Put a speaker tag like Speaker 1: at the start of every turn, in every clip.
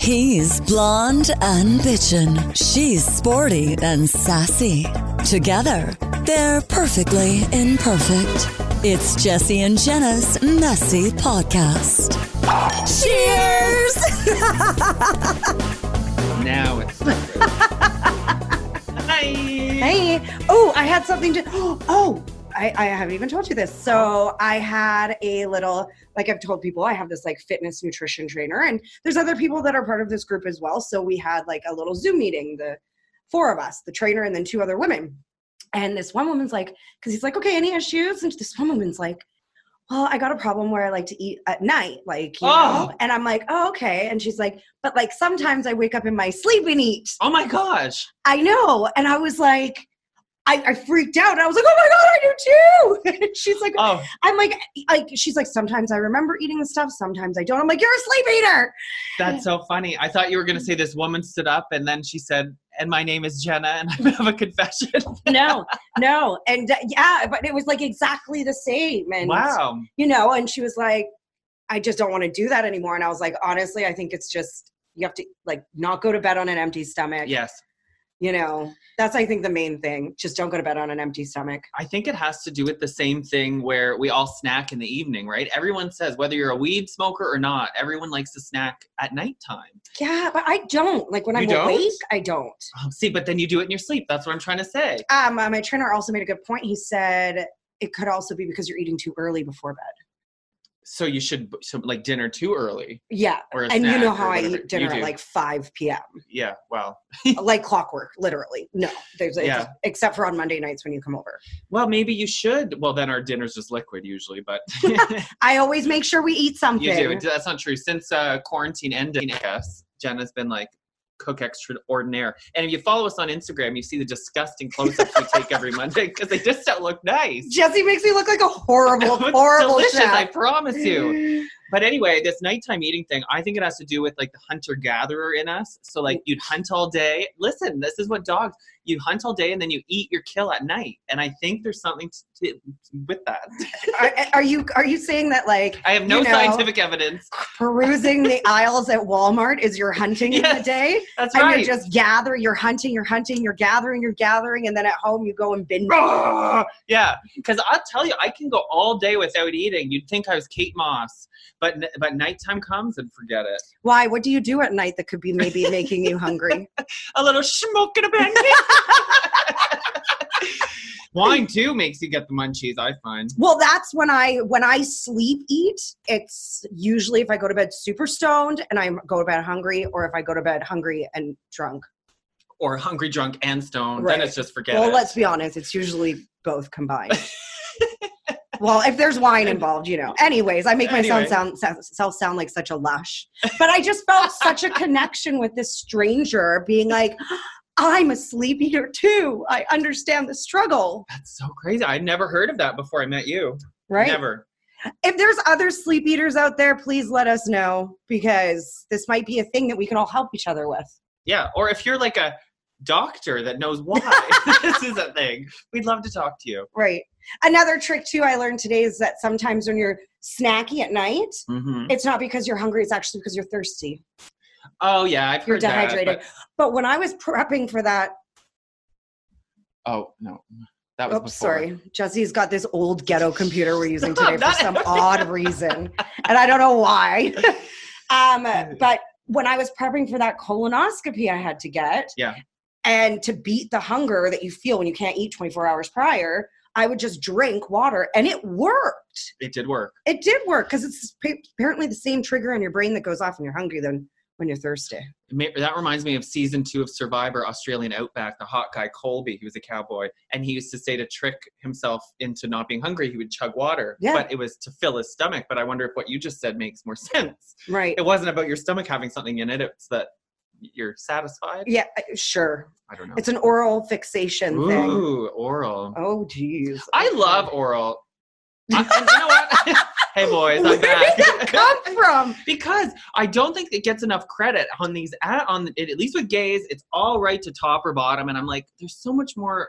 Speaker 1: He's blonde and bitchin'. She's sporty and sassy. Together, they're perfectly imperfect. It's Jesse and Jenna's messy podcast. Cheers!
Speaker 2: Now it's Hi.
Speaker 3: Hey. Oh, I had something to. Oh, I, I haven't even told you this. So I had a little, like I've told people, I have this like fitness nutrition trainer, and there's other people that are part of this group as well. So we had like a little Zoom meeting, the four of us, the trainer, and then two other women. And this one woman's like, because he's like, okay, any issues? And this one woman's like, well, I got a problem where I like to eat at night, like, you
Speaker 2: Oh.
Speaker 3: know? And I'm like, oh, okay. And she's like, but like sometimes I wake up in my sleep and eat.
Speaker 2: Oh my gosh.
Speaker 3: I know. And I was like, I, I freaked out. I was like, oh my God, I do too. And she's like,
Speaker 2: Oh,
Speaker 3: I'm like, like, she's like, sometimes I remember eating the stuff, sometimes I don't. I'm like, you're a sleep eater.
Speaker 2: that's so funny. I thought you were going to say this woman stood up and then she said, and my name is Jenna and I have a confession.
Speaker 3: No, no. And uh, yeah, but it was like exactly the same. And,
Speaker 2: wow.
Speaker 3: you know, and she was like, I just don't want to do that anymore. And I was like, honestly, I think it's just, you have to like not go to bed on an empty stomach.
Speaker 2: Yes.
Speaker 3: You know, that's, I think, the main thing. Just don't go to bed on an empty stomach.
Speaker 2: I think it has to do with the same thing where we all snack in the evening, right? Everyone says, whether you're a weed smoker or not, everyone likes to snack at nighttime.
Speaker 3: Yeah, but I don't. Like when
Speaker 2: You
Speaker 3: I'm
Speaker 2: don't?
Speaker 3: awake, I don't.
Speaker 2: Oh, see, but then you do it in your sleep. That's what I'm trying to say.
Speaker 3: Um, uh, my trainer also made a good point. He said it could also be because you're eating too early before bed.
Speaker 2: So you should, so like dinner too early
Speaker 3: Yeah.
Speaker 2: or a
Speaker 3: And you
Speaker 2: snack
Speaker 3: know
Speaker 2: or
Speaker 3: how I
Speaker 2: whatever.
Speaker 3: eat dinner
Speaker 2: You
Speaker 3: at
Speaker 2: do.
Speaker 3: like 5 p.m.
Speaker 2: yeah, well,
Speaker 3: like clockwork, literally. No, there's it's-
Speaker 2: Yeah.
Speaker 3: except for on Monday nights when you come over.
Speaker 2: well, maybe you should. Well, then our dinner's just liquid usually, but
Speaker 3: I always make sure we eat something.
Speaker 2: You do. That's not true. Since uh, quarantine ended, I guess, Jenna's been like, cook extraordinaire. And if you follow us on Instagram, you see the disgusting close ups we take every Monday because they just don't look nice.
Speaker 3: Jesse makes me look like a horrible,
Speaker 2: It's
Speaker 3: horrible
Speaker 2: delicious, I
Speaker 3: chef.
Speaker 2: promise you. But anyway, this nighttime eating thing, I think it has to do with like the hunter gatherer in us. So, like, you'd hunt all day. Listen, this is what dogs you hunt all day and then you eat your kill at night. And I think there's something to, to, with that.
Speaker 3: Are, are you are you saying that like
Speaker 2: I have no
Speaker 3: You know.
Speaker 2: scientific evidence.
Speaker 3: perusing the aisles at Walmart is your hunting in the
Speaker 2: Yes.
Speaker 3: day?
Speaker 2: That's
Speaker 3: and
Speaker 2: right.
Speaker 3: you're just gathering, you're hunting, you're hunting, you're gathering, you're gathering, and then at home you go and binge.
Speaker 2: Yeah, because I'll tell you, I can go all day without eating. You'd think I was Kate Moss, but n- but nighttime comes and forget it.
Speaker 3: Why? What do you do at night that could be maybe making you hungry?
Speaker 2: A little smoke and a bang. Wine too makes you get the munchies. I find.
Speaker 3: Well, that's when I when I sleep eat. It's usually if I go to bed super stoned and I go to bed hungry, or if I go to bed hungry and drunk.
Speaker 2: Or hungry, drunk, and stoned. Then
Speaker 3: Right.
Speaker 2: it's just forget
Speaker 3: well,
Speaker 2: it.
Speaker 3: let's be honest, it's usually both combined. well, if there's wine involved, you know. Anyways, I make myself
Speaker 2: Anyway.
Speaker 3: sound self sound like such a lush, but I just felt such a connection with this stranger being like. I'm a sleep eater too. I understand the struggle,
Speaker 2: That's so crazy. I'd never heard of that before I met you.
Speaker 3: right?
Speaker 2: Never.
Speaker 3: If there's other sleep eaters out there, please let us know because this might be a thing that we can all help each other with.
Speaker 2: Yeah. Or if you're like a doctor that knows why this is a thing, we'd love to talk to you.
Speaker 3: Right. Another trick too I learned today is that sometimes when you're snacky at night,
Speaker 2: Mm-hmm.
Speaker 3: it's not because you're hungry, it's actually because you're thirsty.
Speaker 2: Oh yeah, I've
Speaker 3: You're
Speaker 2: heard that,
Speaker 3: dehydrated.
Speaker 2: but-
Speaker 3: But when I was prepping for that,
Speaker 2: oh no, that was
Speaker 3: oops,
Speaker 2: before.
Speaker 3: sorry. Jesse's got this old ghetto computer we're using
Speaker 2: Stop
Speaker 3: today for
Speaker 2: that.
Speaker 3: some odd reason. And I don't know why. um, but when I was prepping for that colonoscopy I had to get,
Speaker 2: Yeah.
Speaker 3: and to beat the hunger that you feel when you can't eat 24 hours prior, I would just drink water and it worked.
Speaker 2: It did work.
Speaker 3: It did work because it's pa- apparently the same trigger in your brain that goes off when you're hungry than when you're thirsty.
Speaker 2: It ma- That reminds me of season two of Survivor Australian Outback, the hot guy Colby, he was a cowboy, and he used to say to trick himself into not being hungry, he would chug water.
Speaker 3: Yeah.
Speaker 2: But it was to fill his stomach. But I wonder if what you just said makes more sense.
Speaker 3: Right.
Speaker 2: It wasn't about your stomach having something in it, it's that you're satisfied.
Speaker 3: Yeah, uh, sure.
Speaker 2: I don't know.
Speaker 3: It's an oral fixation thing.
Speaker 2: Ooh, oral.
Speaker 3: Oh, geez.
Speaker 2: I love oral. I- and you know what? hey boys, I'm back.
Speaker 3: Come from.
Speaker 2: because I don't think it gets enough credit on these ad- on at least with gays, it's all right to top or bottom, and I'm like, there's so much more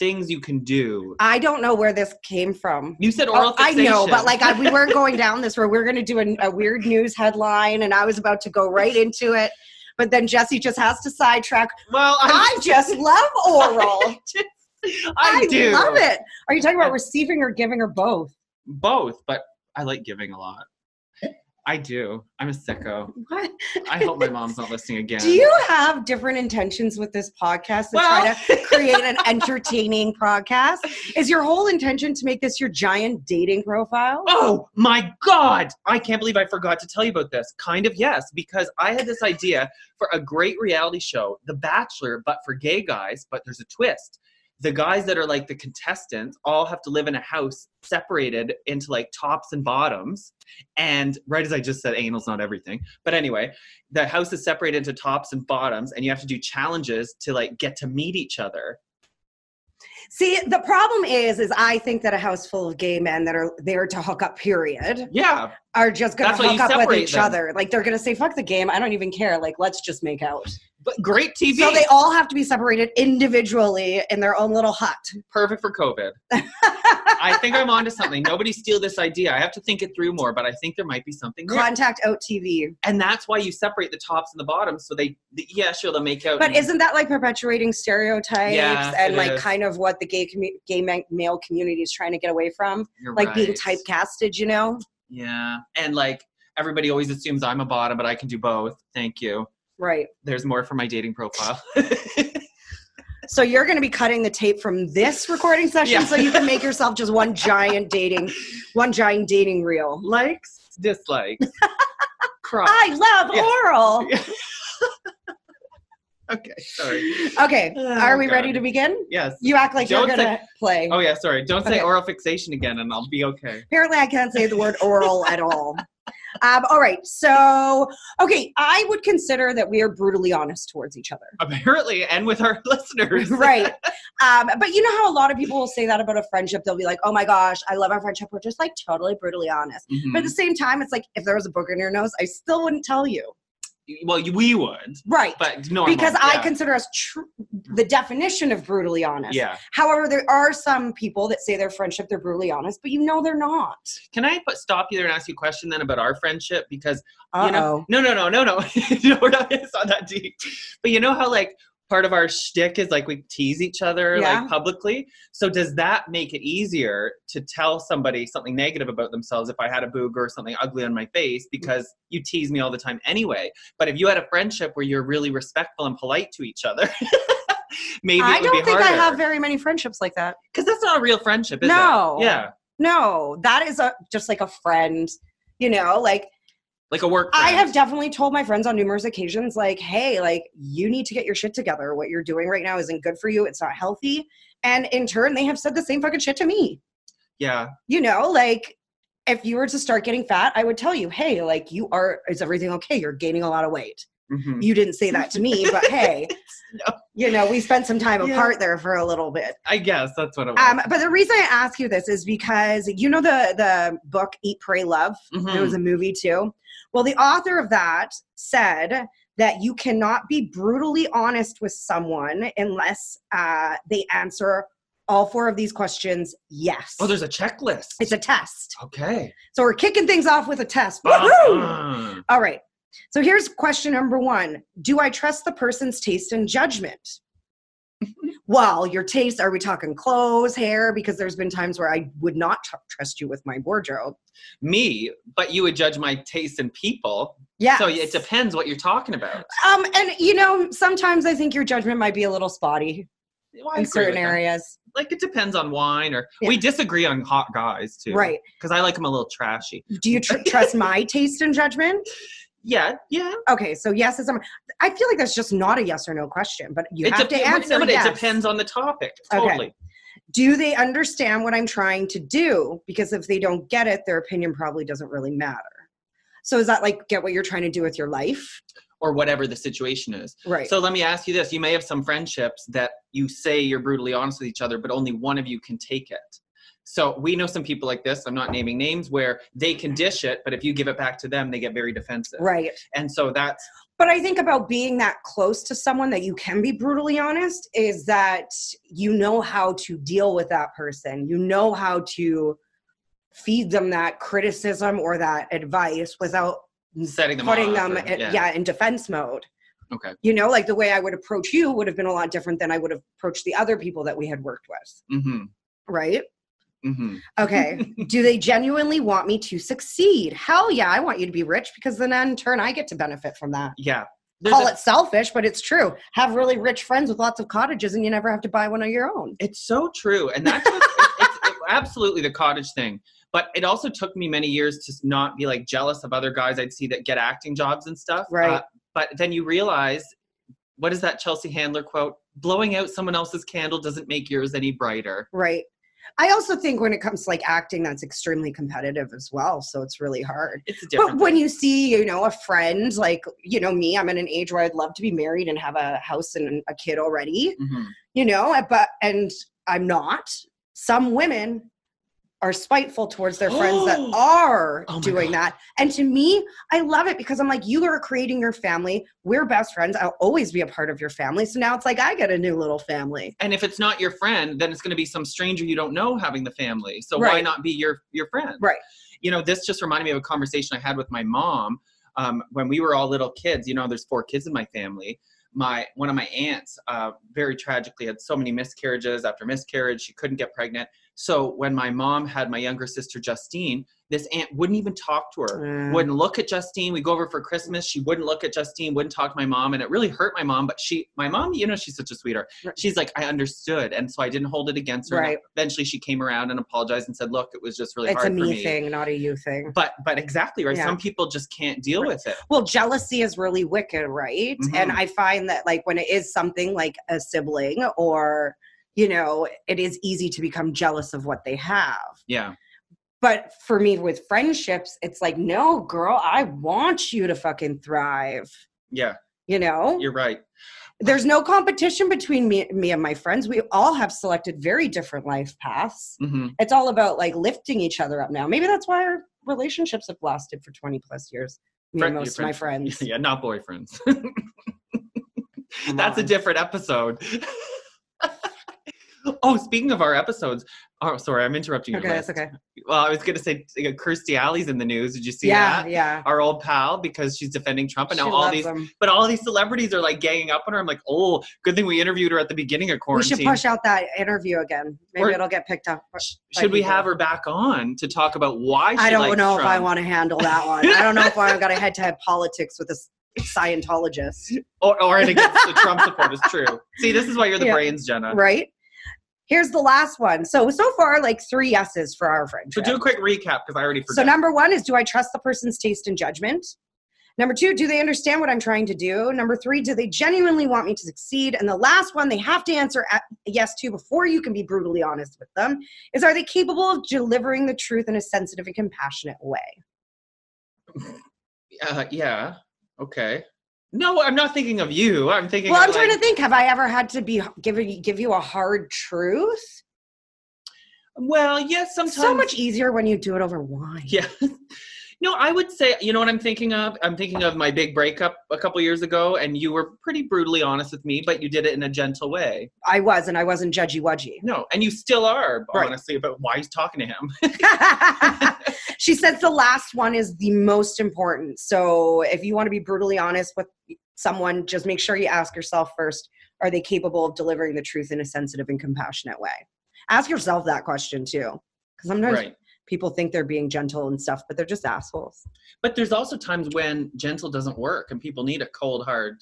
Speaker 2: things you can do.
Speaker 3: I don't know where this came from.
Speaker 2: You said oral
Speaker 3: Oh, I know,
Speaker 2: fixation.
Speaker 3: but like I, we weren't going down this road. We were going to do a, a weird news headline, and I was about to go right into it. But then Jesse just has to sidetrack.
Speaker 2: well, I'm,
Speaker 3: I just love oral.
Speaker 2: I, do
Speaker 3: love it. Are you talking about
Speaker 2: I-
Speaker 3: receiving or giving or both?
Speaker 2: both, but I like giving a lot. I do. I'm a sicko.
Speaker 3: What?
Speaker 2: I hope my mom's not listening again.
Speaker 3: Do you have different intentions with this podcast to try
Speaker 2: Well,
Speaker 3: to create an entertaining podcast? Is your whole intention to make this your giant dating profile?
Speaker 2: Oh my God! I can't believe I forgot to tell you about this. Kind of, yes, because I had this idea for a great reality show, The Bachelor, but for gay guys, but there's a twist. The guys that are like the contestants all have to live in a house separated into like tops and bottoms. And right as I just said, anal's not everything. But anyway, the house is separated into tops and bottoms, and you have to do challenges to like get to meet each other.
Speaker 3: See, the problem is, is I think that a house full of gay men that are there to hook up, period,
Speaker 2: Yeah,
Speaker 3: are just going
Speaker 2: That's
Speaker 3: to
Speaker 2: why
Speaker 3: hook
Speaker 2: you
Speaker 3: up with
Speaker 2: separate
Speaker 3: each
Speaker 2: them.
Speaker 3: other. Like they're going to say, "Fuck the game, I don't even care." Like let's just make out.
Speaker 2: but great TV.
Speaker 3: So they all have to be separated individually in their own little hut.
Speaker 2: perfect for COVID. I think I'm onto something. Nobody steal this idea. I have to think it through more, but I think there might be something there.
Speaker 3: Contact out TV.
Speaker 2: And that's why you separate the tops and the bottoms. So they, the, yeah, sure, they'll make out.
Speaker 3: But
Speaker 2: and-
Speaker 3: isn't that like perpetuating stereotypes
Speaker 2: Yes, Mm-hmm.
Speaker 3: and
Speaker 2: it
Speaker 3: like
Speaker 2: is.
Speaker 3: kind of what the gay commu- gay ma- male community is trying to get away from,
Speaker 2: you're
Speaker 3: like being
Speaker 2: right.
Speaker 3: typecasted? You know,
Speaker 2: Yeah. And like everybody always assumes I'm a bottom, but I can do both. Thank you.
Speaker 3: right?
Speaker 2: There's more for my dating profile.
Speaker 3: So you're going to be cutting the tape from this recording session,
Speaker 2: Yeah.
Speaker 3: so you can make yourself just one giant dating, one giant dating reel.
Speaker 2: Likes, dislikes, cry.
Speaker 3: I love
Speaker 2: Yeah.
Speaker 3: oral.
Speaker 2: Okay, sorry.
Speaker 3: Okay,
Speaker 2: Oh,
Speaker 3: are we ready
Speaker 2: God.
Speaker 3: to begin?
Speaker 2: Yes.
Speaker 3: You act like
Speaker 2: Don't
Speaker 3: you're gonna play.
Speaker 2: Oh yeah, sorry. Don't say
Speaker 3: Okay.
Speaker 2: oral fixation again, and I'll be okay.
Speaker 3: Apparently, I can't say the word oral at all. Um, all right, so okay, I would consider that we are brutally honest towards each other.
Speaker 2: Apparently, and with our listeners.
Speaker 3: right. Um, but you know how a lot of people will say that about a friendship? They'll be like, oh my gosh, I love our friendship. We're just like totally brutally honest. But at
Speaker 2: Mhm.
Speaker 3: the same time, it's like if there was a book in your nose, I still wouldn't tell you.
Speaker 2: Well, we would,
Speaker 3: Right.
Speaker 2: but no,
Speaker 3: because
Speaker 2: won't.
Speaker 3: I
Speaker 2: Yeah.
Speaker 3: consider us tr- the definition of brutally honest.
Speaker 2: Yeah.
Speaker 3: However, there are some people that say their friendship, they're brutally honest, but you know they're not.
Speaker 2: Can I put, stop you there and ask you a question then about our friendship? Because
Speaker 3: Uh-oh.
Speaker 2: you know, no, no, no, no, no, no, we're not. It's not that deep. But you know how like part of our shtick is like we tease each other
Speaker 3: Yeah.
Speaker 2: like publicly. So does that make it easier to tell somebody something negative about themselves if I had a boog or something ugly on my
Speaker 3: Mm.
Speaker 2: face because you tease me all the time anyway? But if you had a friendship where you're really respectful and polite to each other. Maybe
Speaker 3: I
Speaker 2: it would
Speaker 3: don't
Speaker 2: be
Speaker 3: think I
Speaker 2: harder.
Speaker 3: have very many friendships like that.
Speaker 2: because that's not a real friendship, is
Speaker 3: No.
Speaker 2: it? Yeah,
Speaker 3: No, that is a, just like a friend, you know, like
Speaker 2: like a work.
Speaker 3: I
Speaker 2: friend.
Speaker 3: have definitely told my friends on numerous occasions, like, hey, like, you need to get your shit together. What you're doing right now isn't good for you. It's not healthy. And in turn, they have said the same fucking shit to me.
Speaker 2: Yeah,
Speaker 3: You know, like, if you were to start getting fat, I would tell you, hey, like, you are, is everything okay? You're gaining a lot of weight.
Speaker 2: hmm
Speaker 3: You didn't say that to me, but hey,
Speaker 2: No.
Speaker 3: you know, we spent some time
Speaker 2: Yeah.
Speaker 3: apart there for a little bit.
Speaker 2: I guess that's what it was.
Speaker 3: Um, but the reason I ask you this is because you know the the book Eat, Pray, Love.
Speaker 2: Mhm.
Speaker 3: There was a movie too. Well, the author of that said that you cannot be brutally honest with someone unless uh, they answer all four of these questions yes.
Speaker 2: Oh, there's a checklist.
Speaker 3: it's a test.
Speaker 2: okay.
Speaker 3: So we're kicking things off with a test. Woohoo!
Speaker 2: Uh-uh.
Speaker 3: All right. So here's question number one Do I trust the person's taste and judgment? well, your taste, are we talking clothes, hair? Because there's been times where I would not tr- trust you with my wardrobe.
Speaker 2: Me, but you would judge my taste in people.
Speaker 3: Yeah.
Speaker 2: So it depends what you're talking about.
Speaker 3: Um, and you know, sometimes I think your judgment might be a little spotty
Speaker 2: Well, I agree
Speaker 3: in
Speaker 2: with
Speaker 3: certain
Speaker 2: that.
Speaker 3: areas.
Speaker 2: Like it depends on wine, or
Speaker 3: Yeah.
Speaker 2: we disagree on hot guys too,
Speaker 3: Right.
Speaker 2: Because I like them a little trashy.
Speaker 3: Do you tr- trust my taste and judgment?
Speaker 2: Yeah, yeah.
Speaker 3: Okay, so yes is. I feel like that's just not a yes or no question, but you
Speaker 2: it
Speaker 3: have
Speaker 2: dep-
Speaker 3: to answer.
Speaker 2: No, but
Speaker 3: yes.
Speaker 2: it depends on the topic.
Speaker 3: Okay.
Speaker 2: Totally.
Speaker 3: Do they understand what I'm trying to do? Because if they don't get it, their opinion probably doesn't really matter. So is that like get what you're trying to do with your life?
Speaker 2: Or whatever the situation is.
Speaker 3: Right.
Speaker 2: So let me ask you this: You may have some friendships that you say you're brutally honest with each other, but only one of you can take it. So we know some people like this. I'm not naming names where they can dish it, but if you give it back to them, they get very defensive.
Speaker 3: right.
Speaker 2: And so that's
Speaker 3: but I think about being that close to someone that you can be brutally honest is that you know how to deal with that person. You know how to feed them that criticism or that advice without
Speaker 2: setting them
Speaker 3: putting
Speaker 2: off
Speaker 3: them,
Speaker 2: or-
Speaker 3: in, yeah, in defense mode.
Speaker 2: Okay.
Speaker 3: You know, like the way I would approach you would have been a lot different than I would have approached the other people that we had worked with,
Speaker 2: Mm-hmm.
Speaker 3: right?
Speaker 2: Mm-hmm.
Speaker 3: Okay. Do they genuinely want me to succeed? Hell yeah, I want you to be rich because then in turn I get to benefit from that.
Speaker 2: Yeah.
Speaker 3: Call
Speaker 2: a-
Speaker 3: it selfish, but it's true. Have really rich friends with lots of cottages and you never have to buy one of your own.
Speaker 2: It's so true, and that's what, it's, it's absolutely the cottage thing. But it also took me many years to not be like jealous of other guys I'd see that get acting jobs and stuff. uh,
Speaker 3: Right.
Speaker 2: but then you realize, what is that Chelsea Handler quote? Blowing out someone else's candle doesn't make yours any brighter.
Speaker 3: Right. I also think when it comes to like acting, that's extremely competitive as well. So it's really hard.
Speaker 2: It's a
Speaker 3: But
Speaker 2: different.
Speaker 3: when you see, you know, a friend, like, you know, me, I'm in an age where I'd love to be married and have a house and a kid already.
Speaker 2: Mhm.
Speaker 3: you know uh, but and i'm not some women are spiteful towards their friends that are
Speaker 2: Oh my
Speaker 3: doing
Speaker 2: God.
Speaker 3: that and to me i love it because i'm like you are creating your family we're best friends i'll always be a part of your family so now it's like i get a new little family
Speaker 2: And if it's not your friend, then it's going to be some stranger you don't know having the family. So why
Speaker 3: Right.
Speaker 2: not be your your friend?
Speaker 3: Right.
Speaker 2: You know, this just reminded me of a conversation I had with my mom um, when we were all little kids. You know, there's four kids in my family. My one of my aunts uh, very tragically had so many miscarriages after miscarriage. She couldn't get pregnant. So when my mom had my younger sister Justine, this aunt wouldn't even talk to her
Speaker 3: Mm.
Speaker 2: wouldn't look at Justine. We go over for Christmas. She wouldn't look at Justine, wouldn't talk to my mom. And it really hurt my mom. But she, my mom, you know, she's such a sweetheart.
Speaker 3: Right.
Speaker 2: She's like, I understood. And so I didn't hold it against her. And
Speaker 3: Right.
Speaker 2: Eventually she came around and apologized and said, look, it was just really
Speaker 3: it's a
Speaker 2: hard for
Speaker 3: me,
Speaker 2: me.
Speaker 3: thing not a you thing
Speaker 2: But, but exactly right.
Speaker 3: Yeah.
Speaker 2: Some people just can't deal
Speaker 3: Right.
Speaker 2: with it.
Speaker 3: well jealousy is really wicked right and
Speaker 2: Mhm.
Speaker 3: i find that like when it is something like a sibling or you know it is easy to become jealous of what they have
Speaker 2: Yeah.
Speaker 3: but for me with friendships it's like no girl i want you to fucking thrive
Speaker 2: Yeah.
Speaker 3: you know
Speaker 2: You're right.
Speaker 3: there's no competition between me, me and my friends we all have selected very different life paths
Speaker 2: hmm
Speaker 3: it's all about like lifting each other up now maybe that's why our relationships have lasted for 20 plus years me
Speaker 2: Friend-
Speaker 3: and
Speaker 2: your
Speaker 3: most of my friends
Speaker 2: yeah. Not boyfriends.
Speaker 3: Come
Speaker 2: That's a
Speaker 3: on.
Speaker 2: different episode. oh, speaking of our episodes. Oh, sorry. I'm interrupting you.
Speaker 3: okay that's okay
Speaker 2: Well, I was going to say uh, Kirstie Alley's in the news. Did you see
Speaker 3: yeah
Speaker 2: that?
Speaker 3: yeah
Speaker 2: Our old pal, because she's defending Trump, and
Speaker 3: She
Speaker 2: now all
Speaker 3: loves
Speaker 2: these,
Speaker 3: them.
Speaker 2: but all these celebrities are like ganging up on her. I'm like, oh, good thing we interviewed her at the beginning of
Speaker 3: we should
Speaker 2: quarantine.
Speaker 3: push out that interview again maybe
Speaker 2: Or-
Speaker 3: it'll get picked up
Speaker 2: Sh- Should we have her back on to talk about why she
Speaker 3: I don't
Speaker 2: likes
Speaker 3: know if I
Speaker 2: Trump?
Speaker 3: want to handle that one. I don't know if I'm going to head to head politics with a s- Scientologist,
Speaker 2: or, or it against the Trump supporters? True. See, this is why you're the
Speaker 3: Yeah.
Speaker 2: brains, Jenna.
Speaker 3: right? Here's the last one. So, so far, like three yeses for our
Speaker 2: So
Speaker 3: friendship.
Speaker 2: do a quick recap because I already
Speaker 3: So,
Speaker 2: forgot.
Speaker 3: number one is do I trust the person's taste and judgment? Number two, do they understand what I'm trying to do? Number three, do they genuinely want me to succeed? And the last one they have to answer a- yes to before you can be brutally honest with them is are they capable of delivering the truth in a sensitive and compassionate way?
Speaker 2: uh, yeah. Okay. No, I'm not thinking of you. I'm thinking.
Speaker 3: Well,
Speaker 2: of,
Speaker 3: I'm trying
Speaker 2: like-
Speaker 3: to think. Have I ever had to be give you- give you a hard truth?
Speaker 2: Well, yes.
Speaker 3: It's
Speaker 2: Sometimes.
Speaker 3: so much easier when you do it over wine.
Speaker 2: Yeah. No, I would say, you know what I'm thinking of? I'm thinking of my big breakup a couple years ago, and you were pretty brutally honest with me, but you did it in a gentle way.
Speaker 3: I was, and I wasn't judgy wudgy.
Speaker 2: No, and you still are,
Speaker 3: Right.
Speaker 2: honestly, about why he's talking to him.
Speaker 3: she says the last one is the most important. So if you want to be brutally honest with someone, just make sure you ask yourself first: Are they capable of delivering the truth in a sensitive and compassionate way? Ask yourself that question too, because sometimes
Speaker 2: right.
Speaker 3: people think they're being gentle and stuff, but they're just assholes.
Speaker 2: But there's also times when gentle doesn't work and people need a cold, hard,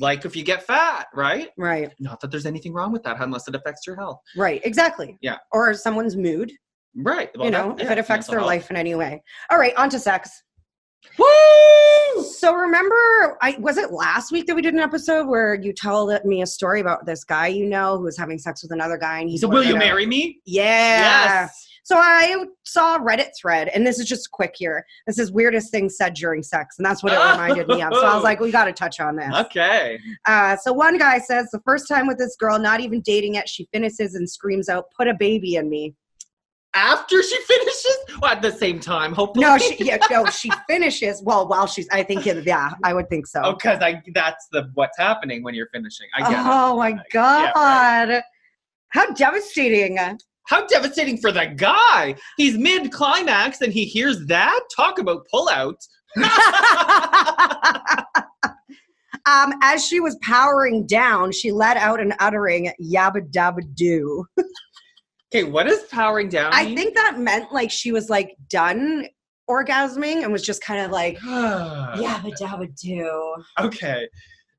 Speaker 2: like if you get fat, right?
Speaker 3: Right.
Speaker 2: Not that there's anything wrong with that unless it affects your health.
Speaker 3: Right. Exactly.
Speaker 2: Yeah.
Speaker 3: Or someone's mood.
Speaker 2: Right. Well,
Speaker 3: you
Speaker 2: that-
Speaker 3: know, if
Speaker 2: yeah,
Speaker 3: it affects
Speaker 2: mental
Speaker 3: their
Speaker 2: health.
Speaker 3: life in any way. All right, on to sex.
Speaker 2: Woo!
Speaker 3: So remember, I was it last week that we did an episode where you tell that- me a story about this guy you know who was having sex with another guy, and he's
Speaker 2: So, will
Speaker 3: working
Speaker 2: you
Speaker 3: it out?
Speaker 2: marry me?
Speaker 3: Yeah.
Speaker 2: Yes.
Speaker 3: So I saw a Reddit thread, and this is just quick here. This is weirdest thing said during sex, and that's what it reminded me of. So I was like, we got to touch on this.
Speaker 2: Okay.
Speaker 3: Uh, so one guy says the first time with this girl, not even dating yet, she finishes and screams out, "Put a baby in me."
Speaker 2: after she finishes? Well, at the same time, hopefully.
Speaker 3: No, she yeah, no, she finishes. Well, while she's, I think, yeah, I would think so.
Speaker 2: Oh, because I that's the what's happening when you're finishing. I get it.
Speaker 3: Oh my
Speaker 2: yeah,
Speaker 3: god, how devastating!
Speaker 2: How devastating for the guy. He's mid climax and he hears that. Talk about pullout.
Speaker 3: um, as she was powering down, she let out an uttering "yabba dabba doo."
Speaker 2: Okay, what is powering down?
Speaker 3: I
Speaker 2: mean?
Speaker 3: think that meant like she was like done orgasming and was just kind of like
Speaker 2: Uh.
Speaker 3: yabba dabba doo,
Speaker 2: Okay.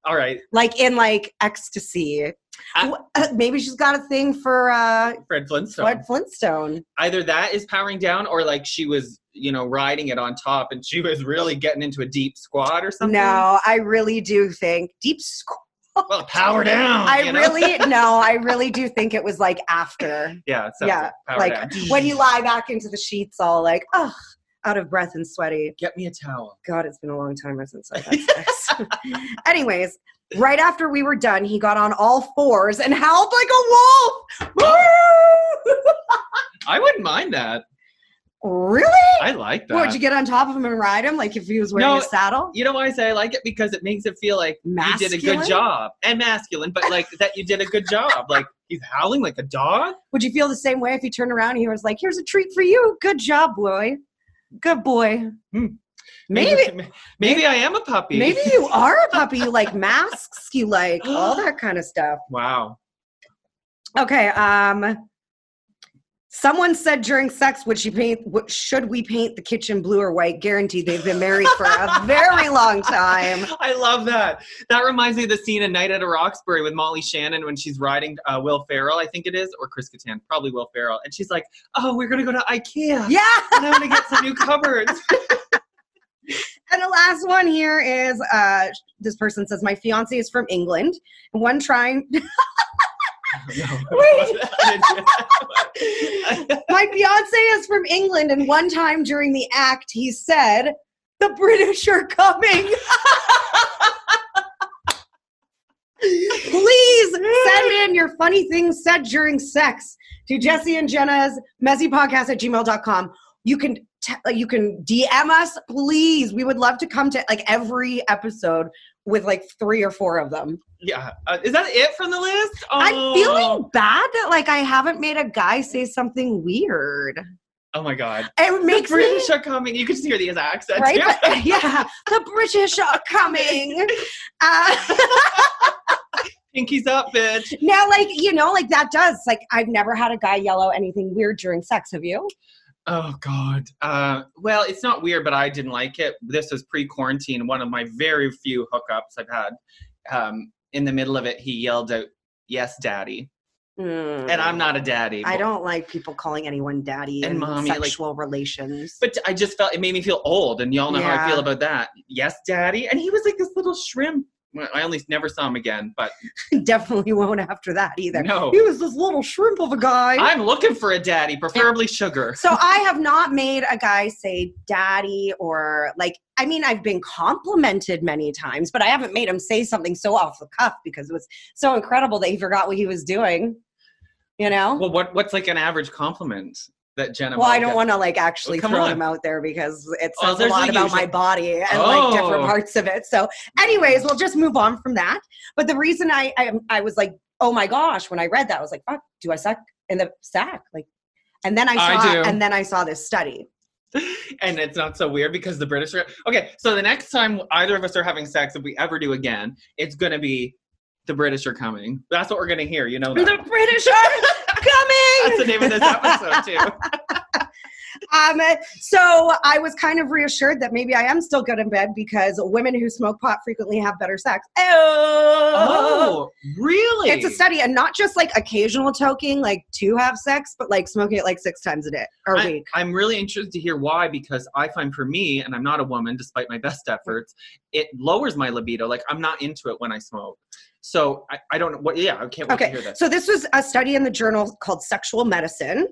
Speaker 2: All right.
Speaker 3: like in like ecstasy.
Speaker 2: I-
Speaker 3: Wh- uh, Maybe she's got a thing for uh,
Speaker 2: Fred Flintstone.
Speaker 3: Fred Flintstone.
Speaker 2: Either that is powering down or like she was, you know, riding it on top and she was really getting into a deep squat or something.
Speaker 3: No, I really do think deep. Squ-
Speaker 2: Well, power down.
Speaker 3: I
Speaker 2: you know?
Speaker 3: really no, I really do think it was like after,
Speaker 2: Yeah. So
Speaker 3: Yeah,
Speaker 2: Power
Speaker 3: like
Speaker 2: down.
Speaker 3: when you lie back into the sheets, all like, ugh, out of breath and sweaty.
Speaker 2: Get me a towel.
Speaker 3: God, it's been a long time since I've had sex. Anyways, right after we were done, he got on all fours and howled like a wolf. Woo!
Speaker 2: I wouldn't mind that.
Speaker 3: really?
Speaker 2: I like that.
Speaker 3: Would you get on top of him and ride him like if he was wearing
Speaker 2: No,
Speaker 3: a saddle?
Speaker 2: you know why I say I like it? Because it makes it feel like
Speaker 3: Masculine.
Speaker 2: you did a good job. And masculine, but like that you did a good job. Like he's howling like a dog.
Speaker 3: Would you feel the same way if he turned around and he was like, "Here's a treat for you. Good job, boy. Good boy."
Speaker 2: Hmm.
Speaker 3: Maybe
Speaker 2: maybe, I am a puppy.
Speaker 3: Maybe you are a puppy. You like masks. You like all that kind of stuff.
Speaker 2: Wow.
Speaker 3: Okay. Um. Someone said during sex, "Would she paint? What, should we paint the kitchen blue or white?" Guaranteed, they've been married for a very long time.
Speaker 2: I love that. That reminds me of the scene in Night at a Roxbury with Molly Shannon when she's riding uh, Will Ferrell, I think it is, or Chris Kattan, probably Will Ferrell. And she's like, oh, we're going to go to Ikea.
Speaker 3: Yeah.
Speaker 2: And I'm going to get some new cupboards.
Speaker 3: And the last one here is uh, this person says, "My fiance is from England. And One trying,
Speaker 2: Wait.
Speaker 3: my fiance is from England, and one time during the act, he said." The British are coming. Please send in your funny things said during sex to Jesse and Jenna's messy podcast at gmail.com. You can t- you can DM us, please. We would love to come to like every episode with like three or four of them.
Speaker 2: yeah. Uh, is that it from the list? Oh.
Speaker 3: I'm feeling bad that like I haven't made a guy say something weird.
Speaker 2: Oh my God.
Speaker 3: It makes
Speaker 2: the
Speaker 3: me
Speaker 2: British are coming. You can just hear these accents.
Speaker 3: right, but, yeah. The British are coming. Uh,
Speaker 2: Pinkies up, bitch.
Speaker 3: now, like you know, like that does like I've never had a guy yell out anything weird during sex. Have you?
Speaker 2: Oh God. Uh, well, it's not weird, but I didn't like it. This was pre-quarantine. One of my very few hookups I've had. Um, in the middle of it, he yelled out, "Yes, daddy," and I'm not a daddy.
Speaker 3: Hmm. I
Speaker 2: but-
Speaker 3: don't like people calling anyone daddy
Speaker 2: And
Speaker 3: and
Speaker 2: mommy, like-
Speaker 3: sexual relations.
Speaker 2: But I just felt it made me feel old, and y'all know how I
Speaker 3: Yeah.
Speaker 2: feel about that. Yes, daddy. And he was like this little shrimp. Well, I only never saw him again, but
Speaker 3: definitely won't after that either.
Speaker 2: no.
Speaker 3: He was this little shrimp of a guy.
Speaker 2: I'm looking for a daddy, preferably sugar.
Speaker 3: so I have not made a guy say daddy or like I mean I've been complimented many times, but I haven't made him say something so off the cuff because it was so incredible that he forgot what he was doing. You know? Well,
Speaker 2: Well, what what's like an average compliment that Jenna?
Speaker 3: Oh. I
Speaker 2: Malkin-
Speaker 3: don't want to like actually
Speaker 2: come
Speaker 3: throw
Speaker 2: on.
Speaker 3: him out there because it
Speaker 2: Oh,
Speaker 3: says a
Speaker 2: there's
Speaker 3: lot
Speaker 2: the
Speaker 3: about
Speaker 2: usual-
Speaker 3: my body and like different
Speaker 2: Oh.
Speaker 3: parts of it. So, anyways, we'll just move on from that. But the reason I I, I was like, oh my gosh, when I read that, I was like, fuck, do I suck in the sack? Like, and then I
Speaker 2: I
Speaker 3: saw
Speaker 2: do.
Speaker 3: and then I saw this study.
Speaker 2: and it's not so weird because the British are okay. So the next time either of us are having sex, if we ever do again, it's gonna be the British are coming. That's what we're gonna hear. You know that.
Speaker 3: The British are
Speaker 2: That's
Speaker 3: coming.
Speaker 2: the name of this episode too.
Speaker 3: Um, so I was kind of reassured that maybe I am still good in bed because women who smoke pot frequently have better sex. Oh.
Speaker 2: Oh, really?
Speaker 3: It's a study, and not just like occasional toking, like to have sex, but like smoking it like six times a day or
Speaker 2: I-
Speaker 3: week.
Speaker 2: I'm really interested to hear why because I find for me, and I'm not a woman despite my best efforts, it lowers my libido. Like I'm not into it when I smoke. So I, I don't know what. Yeah, I can't wait to
Speaker 3: Okay,
Speaker 2: hear this.
Speaker 3: so this was a study in the journal called Sexual Medicine.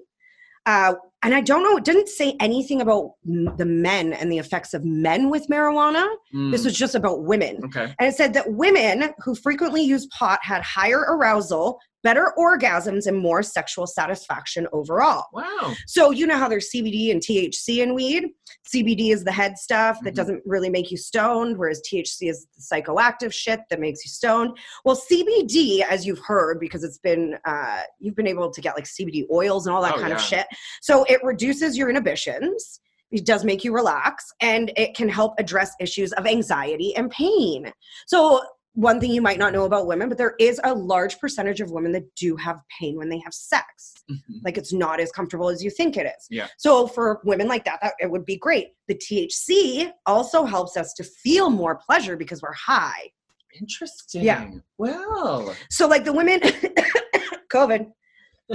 Speaker 3: Uh, and I don't know, it didn't say anything about m- the men and the effects of men with marijuana.
Speaker 2: Mm,
Speaker 3: This was just about women.
Speaker 2: okay.
Speaker 3: And it said that women who frequently use pot had higher arousal, better orgasms, and more sexual satisfaction overall.
Speaker 2: Wow.
Speaker 3: So you know how there's CBD and THC in weed. CBD is the head stuff that
Speaker 2: Mhm.
Speaker 3: doesn't really make you stoned, whereas THC is the psychoactive shit that makes you stoned. Well, CBD, as you've heard, because it's been uh, you've been able to get like CBD oils and all that
Speaker 2: Oh,
Speaker 3: kind of
Speaker 2: yeah.
Speaker 3: shit. So it reduces your inhibitions. It does make you relax, and it can help address issues of anxiety and pain. So. One thing you might not know about women, but there is a large percentage of women that do have pain when they have sex
Speaker 2: Mhm.
Speaker 3: like it's not as comfortable as you think it is.
Speaker 2: Yeah.
Speaker 3: So for women like that, that it would be great. The THC also helps us to feel more pleasure because we're high.
Speaker 2: Interesting. Wow.
Speaker 3: So like the women, COVID,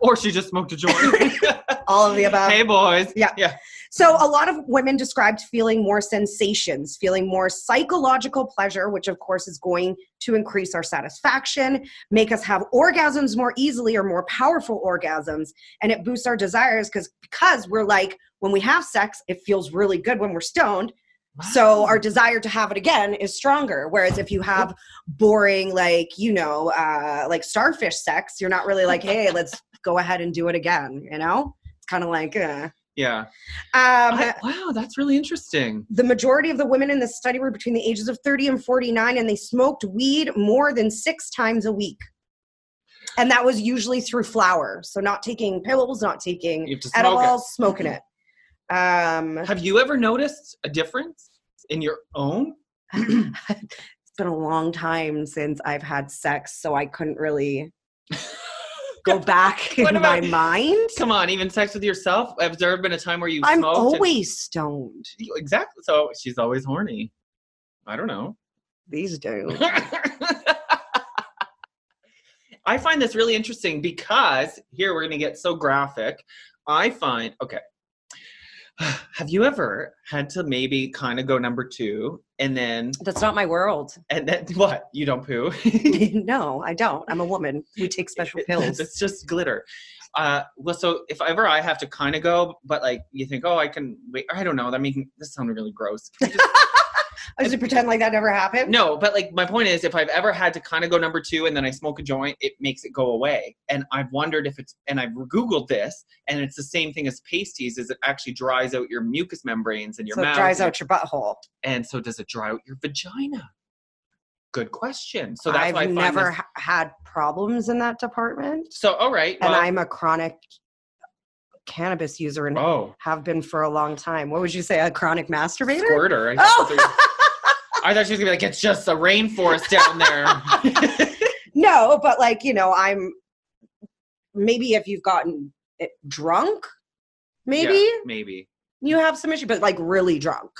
Speaker 2: Or she just smoked a joint.
Speaker 3: all of the above.
Speaker 2: hey, boys.
Speaker 3: yeah.
Speaker 2: Yeah.
Speaker 3: So a lot of women described feeling more sensations, feeling more psychological pleasure, which of course is going to increase our satisfaction, make us have orgasms more easily or more powerful orgasms, and it boosts our desires because because we're like when we have sex, it feels really good when we're stoned. So
Speaker 2: Wow.
Speaker 3: our desire to have it again is stronger. Whereas if you have boring, like you know, uh, like starfish sex, you're not really like, hey, let's go ahead and do it again. You know, it's kind of like. Uh.
Speaker 2: Yeah.
Speaker 3: Um,
Speaker 2: I- wow, that's really interesting.
Speaker 3: the majority of the women in this study were between the ages of 30 and 49, and they smoked weed more than six times a week. And that was usually through flour. So, not taking pills, not taking
Speaker 2: You have to smoke
Speaker 3: edibles, smoking it. Um,
Speaker 2: it. Have you ever noticed a difference in your own?
Speaker 3: it's been a long time since I've had sex, so I couldn't really go back in
Speaker 2: What
Speaker 3: my
Speaker 2: about-
Speaker 3: mind.
Speaker 2: Come on, even sex with yourself. Has there been a time where you
Speaker 3: I'm
Speaker 2: smoked? and-
Speaker 3: always stoned
Speaker 2: exactly. So she's always horny. I don't know.
Speaker 3: these days.
Speaker 2: I find this really interesting because here we're going to get so graphic. I find, okay. Have you ever had to maybe kind of go number two and then,
Speaker 3: That's not my world.
Speaker 2: and then what? You don't poo?
Speaker 3: no, I don't. I'm a woman. We take special
Speaker 2: It-
Speaker 3: pills.
Speaker 2: It's just glitter. Uh, well, so if ever I have to kind of go, but like you think, oh, I can wait. I don't know. That making this sounded really gross. Can we just-
Speaker 3: I just pretend like that never happened.
Speaker 2: no, but like my point is, if I've ever had to kind of go number two and then I smoke a joint, it makes it go away. And I've wondered if it's, and I've googled this, and it's the same thing as pasties. Is it actually dries out your mucous membranes and your
Speaker 3: so
Speaker 2: mouth?
Speaker 3: it dries
Speaker 2: and-
Speaker 3: out your butthole.
Speaker 2: And so does it dry out your vagina? Good question. So that's
Speaker 3: I've
Speaker 2: why I find
Speaker 3: never
Speaker 2: This,
Speaker 3: ha- had problems in that department,
Speaker 2: so all right.
Speaker 3: and
Speaker 2: well-
Speaker 3: I'm a chronic cannabis user and
Speaker 2: oh.
Speaker 3: have been for a long time. What would you say, a chronic masturbator?
Speaker 2: Squirter. I thought
Speaker 3: Oh
Speaker 2: I thought she was gonna be like, it's just the rainforest down there.
Speaker 3: no, but like you know, I'm maybe if you've gotten it drunk, maybe
Speaker 2: Yeah, maybe.
Speaker 3: you have some issue, but like really drunk.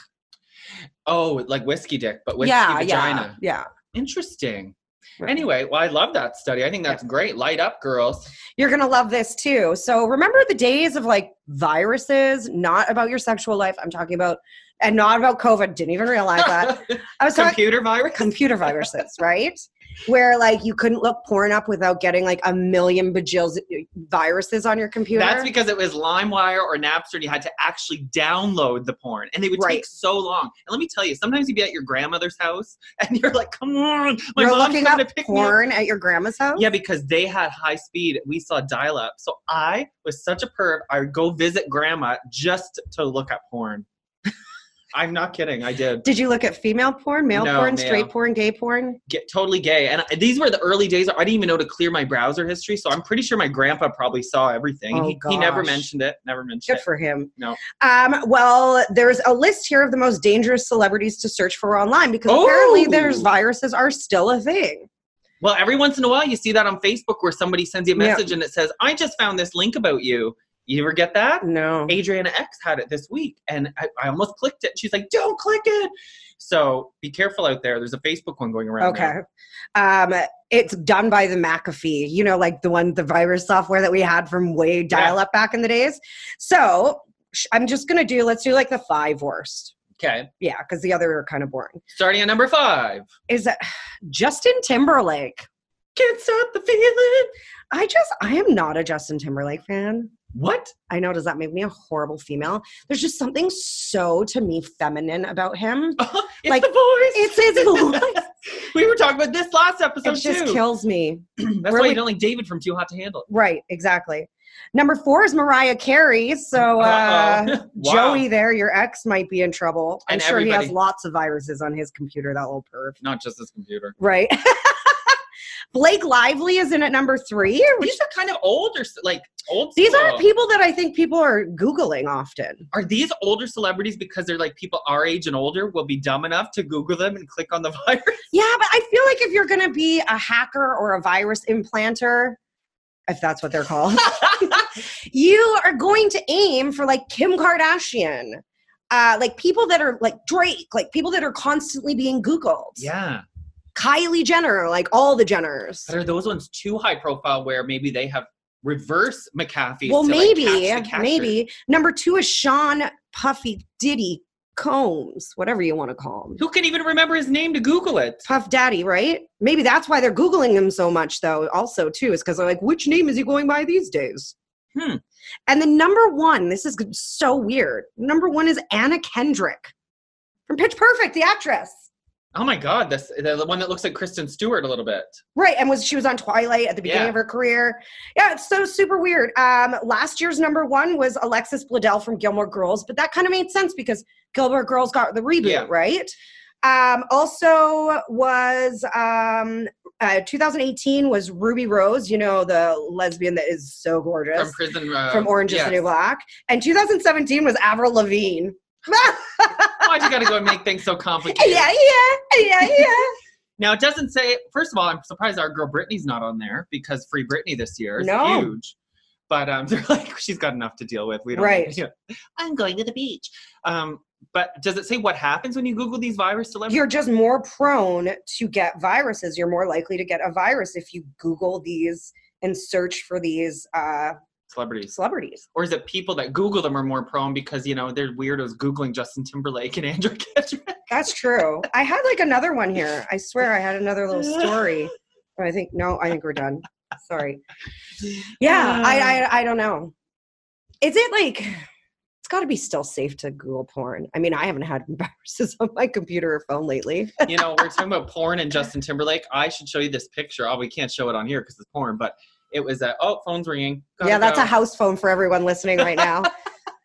Speaker 2: Oh, like whiskey dick, but whiskey
Speaker 3: yeah,
Speaker 2: vagina.
Speaker 3: yeah,
Speaker 2: Interesting.
Speaker 3: yeah.
Speaker 2: Anyway, well, I love that study. I think that's great. Light up, girls.
Speaker 3: You're going to love this too. So remember the days of like viruses, not about your sexual life. I'm talking about, and not about COVID. Didn't even realize that. I was talking
Speaker 2: Computer virus.
Speaker 3: computer viruses, right? Where like you couldn't look porn up without getting like a million bajills uh, viruses on your computer.
Speaker 2: That's because it was LimeWire or Napster, and you had to actually download the porn, and they would
Speaker 3: Right.
Speaker 2: take so long. And let me tell you, sometimes you'd be at your grandmother's house, and you're like, "Come on, my
Speaker 3: You're
Speaker 2: mom's
Speaker 3: looking
Speaker 2: coming
Speaker 3: up
Speaker 2: to pick me up."
Speaker 3: porn at your grandma's house.
Speaker 2: Yeah, because they had high speed. We saw dial up. So I was such a perv. I would go visit grandma just to look at porn. I'm not kidding. I did
Speaker 3: Did you look at female porn, male
Speaker 2: No,
Speaker 3: porn,
Speaker 2: male.
Speaker 3: straight porn, gay porn?
Speaker 2: get totally gay. And I- these were the early days. I didn't even know to clear my browser history. So I'm pretty sure my grandpa probably saw everything. and
Speaker 3: Oh,
Speaker 2: he, he never
Speaker 3: gosh.
Speaker 2: mentioned it. Never mentioned
Speaker 3: Good for him.
Speaker 2: No.
Speaker 3: Um, well, there's a list here of the most dangerous celebrities to search for online because apparently
Speaker 2: Oh.
Speaker 3: there's viruses are still a thing.
Speaker 2: it. Well, every once in a while, you see that on Facebook where somebody sends you a
Speaker 3: Yeah.
Speaker 2: message and it says, I just found this link about you. You ever get that?
Speaker 3: No.
Speaker 2: Adriana X had it this week, and I, I almost clicked it. She's like, "Don't click it." So be careful out there. There's a Facebook one going around.
Speaker 3: Okay.
Speaker 2: now.
Speaker 3: Um, it's done by the McAfee, you know, like the one, the virus software that we had from way dial up back in the days. So sh- I'm just going to do, let's do like the five worst.
Speaker 2: Okay.
Speaker 3: Yeah, because the other are kind of boring.
Speaker 2: Starting at number five.
Speaker 3: Is that Justin Timberlake?
Speaker 2: Can't stop the feeling.
Speaker 3: I just, I am not a Justin Timberlake fan.
Speaker 2: What?
Speaker 3: I know, does that make me a horrible female? There's just something so to me feminine about him.
Speaker 2: it's
Speaker 3: Like,
Speaker 2: the voice.
Speaker 3: It's his voice.
Speaker 2: we were talking remembered this last episode
Speaker 3: it just
Speaker 2: too.
Speaker 3: kills me.
Speaker 2: That's
Speaker 3: where
Speaker 2: why
Speaker 3: we-
Speaker 2: you don't like David from Too Hot to Handle.
Speaker 3: Right, exactly. Number four is Mariah Carey. So uh,
Speaker 2: Uh-oh. Wow.
Speaker 3: Joey, there, your ex might be in trouble. I'm
Speaker 2: And
Speaker 3: sure he has
Speaker 2: everybody.
Speaker 3: lots of viruses on his computer. That little perv.
Speaker 2: Not just this computer.
Speaker 3: Right. Blake Lively is in at number three. which-
Speaker 2: These are kind of older, ce- like old.
Speaker 3: these
Speaker 2: school.
Speaker 3: aren't people that I think people are Googling often.
Speaker 2: Are these older celebrities because they're like people our age and older will be dumb enough to Google them and click on the virus?
Speaker 3: Yeah, but I feel like if you're going to be a hacker or a virus implanter, if that's what they're called, you are going to aim for like Kim Kardashian, uh, like people that are like Drake, like people that are constantly being Googled.
Speaker 2: yeah.
Speaker 3: Kylie Jenner, like all the Jenners.
Speaker 2: But are those ones too high profile where maybe they have reverse McAfee?
Speaker 3: Well,
Speaker 2: to, like,
Speaker 3: maybe,
Speaker 2: catch the catcher?
Speaker 3: maybe. Number two is Sean Puffy Diddy Combs, whatever you want to call him.
Speaker 2: Who can even remember his name to Google it?
Speaker 3: Puff Daddy, right? Maybe that's why they're Googling him so much, though, also, too, is because they're like, which name is he going by these days?
Speaker 2: Hmm.
Speaker 3: And then number one, this is so weird. Number one is Anna Kendrick from Pitch Perfect, the actress.
Speaker 2: Oh my God, this the one that looks like Kristen Stewart a little bit.
Speaker 3: Right, and was she was on Twilight at the beginning
Speaker 2: Yeah.
Speaker 3: of her career? Yeah, it's so super weird. Um, last year's number one was Alexis Bledel from Gilmore Girls, but that kind of made sense because Gilmore Girls got the reboot,
Speaker 2: Yeah.
Speaker 3: right? Um, also was um, uh, 2018 was Ruby Rose, you know the lesbian that is so gorgeous
Speaker 2: From
Speaker 3: from,
Speaker 2: prison. Uh,
Speaker 3: Orange Is the New
Speaker 2: yes.
Speaker 3: Black, and 2017 was Avril Lavigne.
Speaker 2: Why'd you gotta go and make things so complicated?
Speaker 3: yeah, yeah, yeah, yeah.
Speaker 2: Now it doesn't say. First of all, I'm surprised our girl Britney's not on there because Free Britney this year is
Speaker 3: No.
Speaker 2: huge. But um, they're like, she's got enough to deal with. We don't.
Speaker 3: Right.
Speaker 2: need- yeah. I'm going to the beach. Um, but does it say what happens when you Google these virus celebrities?
Speaker 3: you're just more prone to get viruses. You're more likely to get a virus if you Google these and search for these uh,
Speaker 2: celebrities,
Speaker 3: celebrities.
Speaker 2: or is it people that Google them are more prone because you know they're weirdos googling Justin Timberlake and Andrew Kendrick?
Speaker 3: That's true. I had like another one here. I swear I had another little story. But I think no. I think we're done. Sorry. Yeah, I
Speaker 2: Uh.
Speaker 3: I, I don't know. Is it like? It's got to be still safe to Google porn. I mean, I haven't had viruses on my computer or phone lately.
Speaker 2: you know, we're talking about porn and Justin Timberlake. I should show you this picture. Oh, we can't show it on here because it's porn, but it was a oh, phone's ringing. Gotta
Speaker 3: yeah, that's
Speaker 2: go.
Speaker 3: a house phone for everyone listening right now.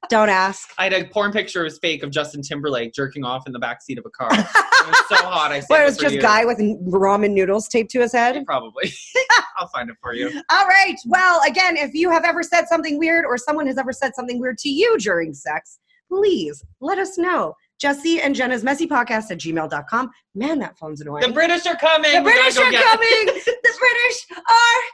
Speaker 3: don't ask.
Speaker 2: I had a porn picture it was fake of Justin Timberlake jerking off in the back seat of a car. it was so hot. I saved
Speaker 3: Where it was
Speaker 2: for
Speaker 3: just
Speaker 2: you.
Speaker 3: guy with n- ramen noodles taped to his head.
Speaker 2: Probably. I'll find it for you.
Speaker 3: All right. Well, again, if you have ever said something weird or someone has ever said something weird to you during sex, please let us know. Jesse and Jenna's messy podcast at gmail.com. Man, that phone's annoying.
Speaker 2: The British are coming.
Speaker 3: The
Speaker 2: We gotta
Speaker 3: British
Speaker 2: go
Speaker 3: are
Speaker 2: get-
Speaker 3: coming. the British are